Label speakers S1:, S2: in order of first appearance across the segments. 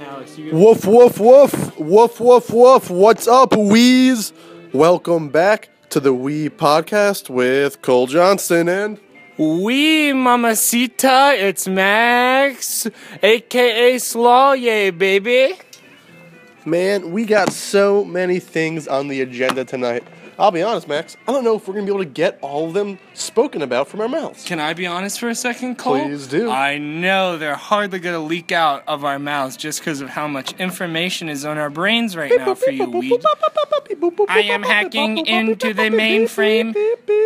S1: Alex, you
S2: Woof, woof, woof. Woof, woof, woof. What's up, Wheeze? Welcome back to the Wee Podcast with Cole Johnson and.
S1: We mamacita, it's Max, aka Slaw, yay baby.
S2: Man, we got so many things on the agenda tonight. I'll be honest, Max. I don't know if we're going to be able to get all of them spoken about from our mouths.
S1: Can I be honest for a second, Cole?
S2: Please do.
S1: I know they're hardly gonna leak out of our mouths just because of how much information is on our brains right now for you, Weed. I am hacking into the mainframe.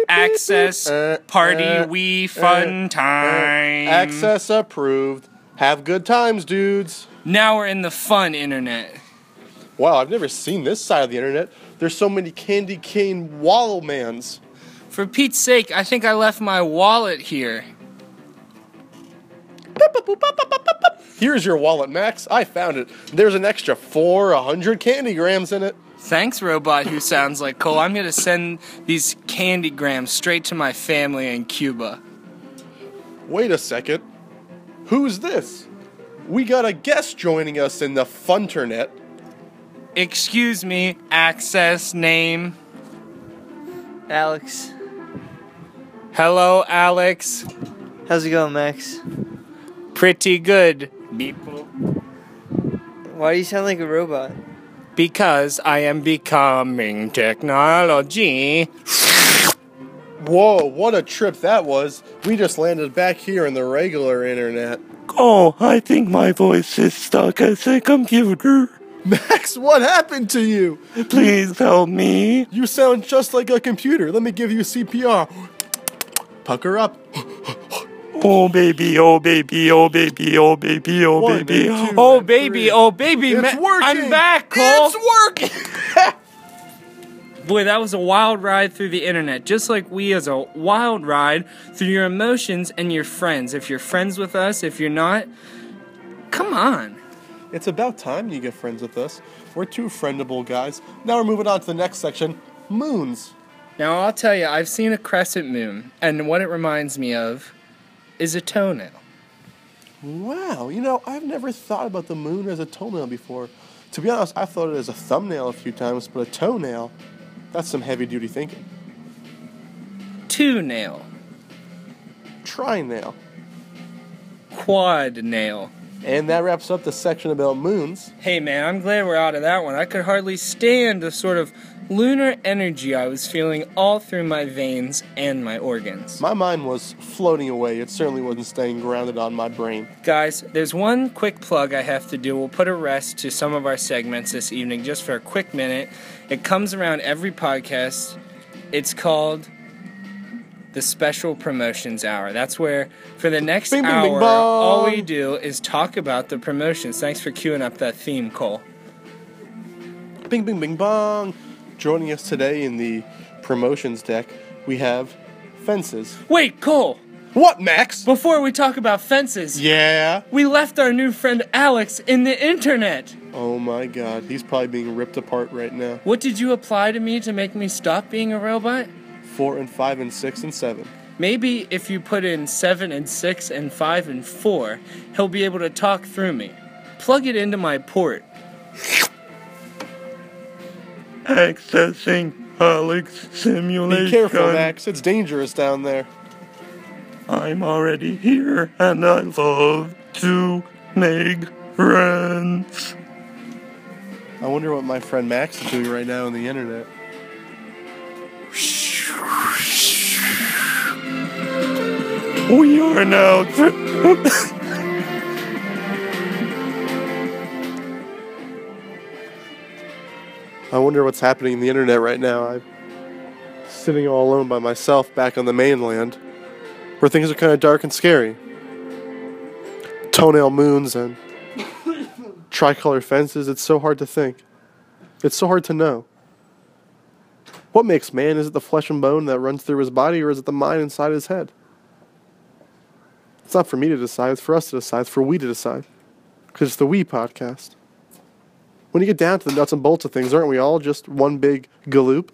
S1: Access
S2: Uh,
S1: party
S2: uh,
S1: we fun time.
S2: Access approved. Have good times, dudes.
S1: Now we're in the fun internet.
S2: Wow, I've never seen this side of the internet. There's so many candy cane wallowmans.
S1: For Pete's sake, I think I left my wallet here.
S2: Here's your wallet, Max. I found it. There's an extra 400 candy grams in it.
S1: Thanks, robot who sounds like Cole. I'm gonna send these candy grams straight to my family in Cuba.
S2: Wait a second. Who's this? We got a guest joining us in the Funternet.
S1: Excuse me, access name.
S3: Alex,
S1: Hello, Alex.
S3: how's it going, Max?
S1: Pretty good.
S3: Why do you sound like a robot?
S1: Because I am becoming technology.
S2: Whoa, what a trip that was. We just landed back here in the regular internet.
S4: Oh, I think my voice is stuck as a computer.
S2: Max, what happened to you?
S4: Please help me.
S2: You sound just like a computer. Let me give you CPR. Pucker up.
S4: Oh baby, oh baby, oh baby, oh baby, oh
S2: One,
S4: baby.
S2: two,
S4: Oh,
S1: Oh, baby, oh, baby.
S2: It's
S1: ma-
S2: working.
S1: I'm back, Cole.
S2: It's working.
S1: Boy, that was a wild ride through the internet, just like we as a wild ride through your emotions and your friends. If you're friends with us, if you're not, come on.
S2: It's about time you get friends with us. We're two friendable guys. Now we're moving on to the next section moons.
S1: Now, I'll tell you, I've seen a crescent moon, and what it reminds me of is a toenail.
S2: Wow, you know, I've never thought about the moon as a toenail before. To be honest, I thought it as a thumbnail a few times, but a toenail, that's some heavy duty thinking.
S1: Two nail,
S2: Try nail.
S1: quad nail.
S2: And that wraps up the section about moons.
S1: Hey man, I'm glad we're out of that one. I could hardly stand the sort of lunar energy I was feeling all through my veins and my organs.
S2: My mind was floating away. It certainly wasn't staying grounded on my brain.
S1: Guys, there's one quick plug I have to do. We'll put a rest to some of our segments this evening just for a quick minute. It comes around every podcast. It's called the Special Promotions Hour. That's where, for the next
S2: Bing, bing,
S1: hour,
S2: bing, bong.
S1: all we do is talk about the promotions. Thanks for queuing up that theme, Cole.
S2: Bing, bing, bing, bong. Joining us today in the promotions deck, we have fences.
S1: Wait, Cole,
S2: What, Max?
S1: before we talk about fences,
S2: Yeah.
S1: we left our new friend Alex in the internet.
S2: Oh my god, he's probably being ripped apart right now.
S1: What did you apply to me to make me stop being a robot?
S2: Four and five and six and seven.
S1: Maybe if you put in 7 and 6 and 5 and 4, he'll be able to talk through me. Plug it into my port.
S4: Accessing Alex Simulation.
S2: Be careful, Max. It's dangerous down there.
S4: I'm already here and I love to make friends.
S2: I wonder what my friend Max is doing right now on the internet.
S4: We are now. Th-
S2: I wonder what's happening in the internet right now. I'm sitting all alone by myself back on the mainland where things are kind of dark and scary. Toenail moons and tricolor fences. It's so hard to think. It's so hard to know. What makes man? Is it the flesh and bone that runs through his body or is it the mind inside his head? It's not for me to decide. It's for us to decide. It's for we to decide. Because it's the We podcast when you get down to the nuts and bolts of things, aren't we all just one big galoop?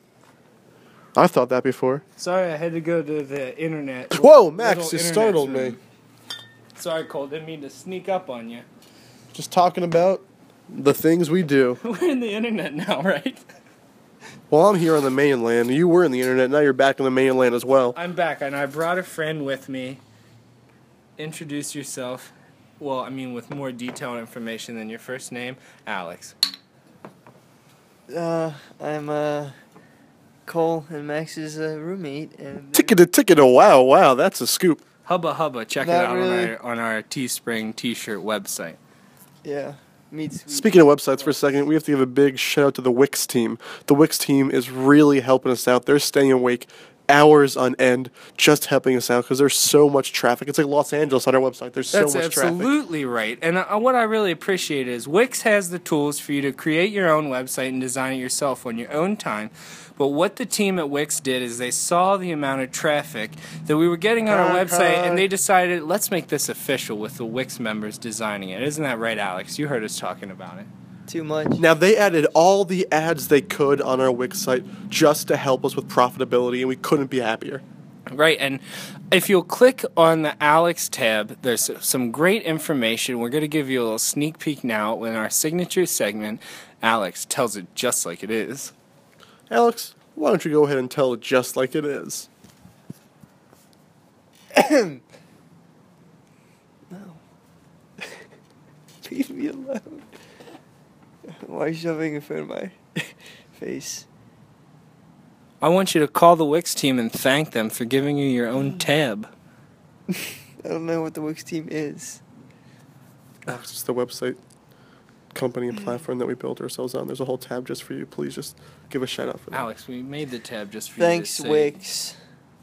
S2: I've thought that before.
S1: Sorry, I had to go to the internet.
S2: Whoa,
S1: Little
S2: Max, you
S1: internet
S2: startled
S1: room.
S2: me.
S1: Sorry, Cole, didn't mean to sneak up on you.
S2: Just talking about The things we do.
S1: We're in the internet now, right?
S2: Well, I'm here on the mainland. You were in the internet. Now you're back on the mainland as well.
S1: I'm back, and I brought a friend with me. Introduce yourself. Well, I mean, with more detailed information than your first name, Alex.
S3: Uh, I'm uh, Cole and Max's uh, roommate, and
S2: Ticket a ticket. Oh wow, wow. That's a scoop.
S1: Hubba Hubba. Check
S3: Not
S1: it out
S3: really.
S1: on, our, on our Teespring T-shirt website.
S3: yeah, meet Sweet.
S2: Speaking of websites for a second, we have to give a big shout out to the Wix team. The Wix team is really helping us out. They're staying awake hours on end just helping us out because there's so much traffic. It's like Los Angeles on our website. There's
S1: That's
S2: so much traffic.
S1: absolutely right. And uh, what I really appreciate is Wix has the tools for you to create your own website and design it yourself on your own time. But what the team at Wix did is they saw the amount of traffic that we were getting on our website and they decided, let's make this official with the Wix members designing it. Isn't that right, Alex? You heard us talking about it.
S3: Too much.
S2: Now they added all the ads they could on our Wix site just to help us with profitability, and we couldn't be happier.
S1: Right, and if you'll click on the Alex tab, there's some great information. We're going to give you a little sneak peek now in our signature segment. Alex tells it just like it is.
S2: Alex, why don't you go ahead and tell it just like it is?
S3: Leave me alone. Why are you shoving in front of my face?
S1: I want you to call the Wix team and thank them for giving you your own tab.
S3: I don't know what the Wix team is.
S2: Alex, it's the website company and platform that we built ourselves on. There's a whole tab just for you. Please just give a shout out for that.
S1: Alex, we made the tab just for
S3: Thanks,
S1: you. to say-
S3: Wix.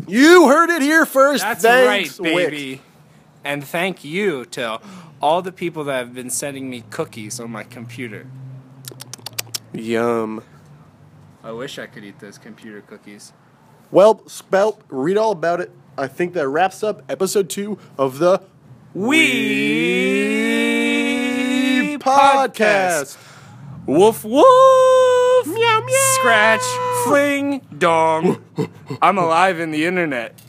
S2: You heard it here first.
S1: That's
S2: Thanks,
S1: right,
S2: Wix.
S1: baby. And thank you to all the people that have been sending me cookies on my computer.
S2: Yum.
S1: I wish I could eat those computer cookies.
S2: Well, spelt, read all about it. I think that wraps up episode two of the
S1: We
S2: podcast.
S1: Woof woof. Meow meow. Scratch. Fling dong. I'm alive in the internet.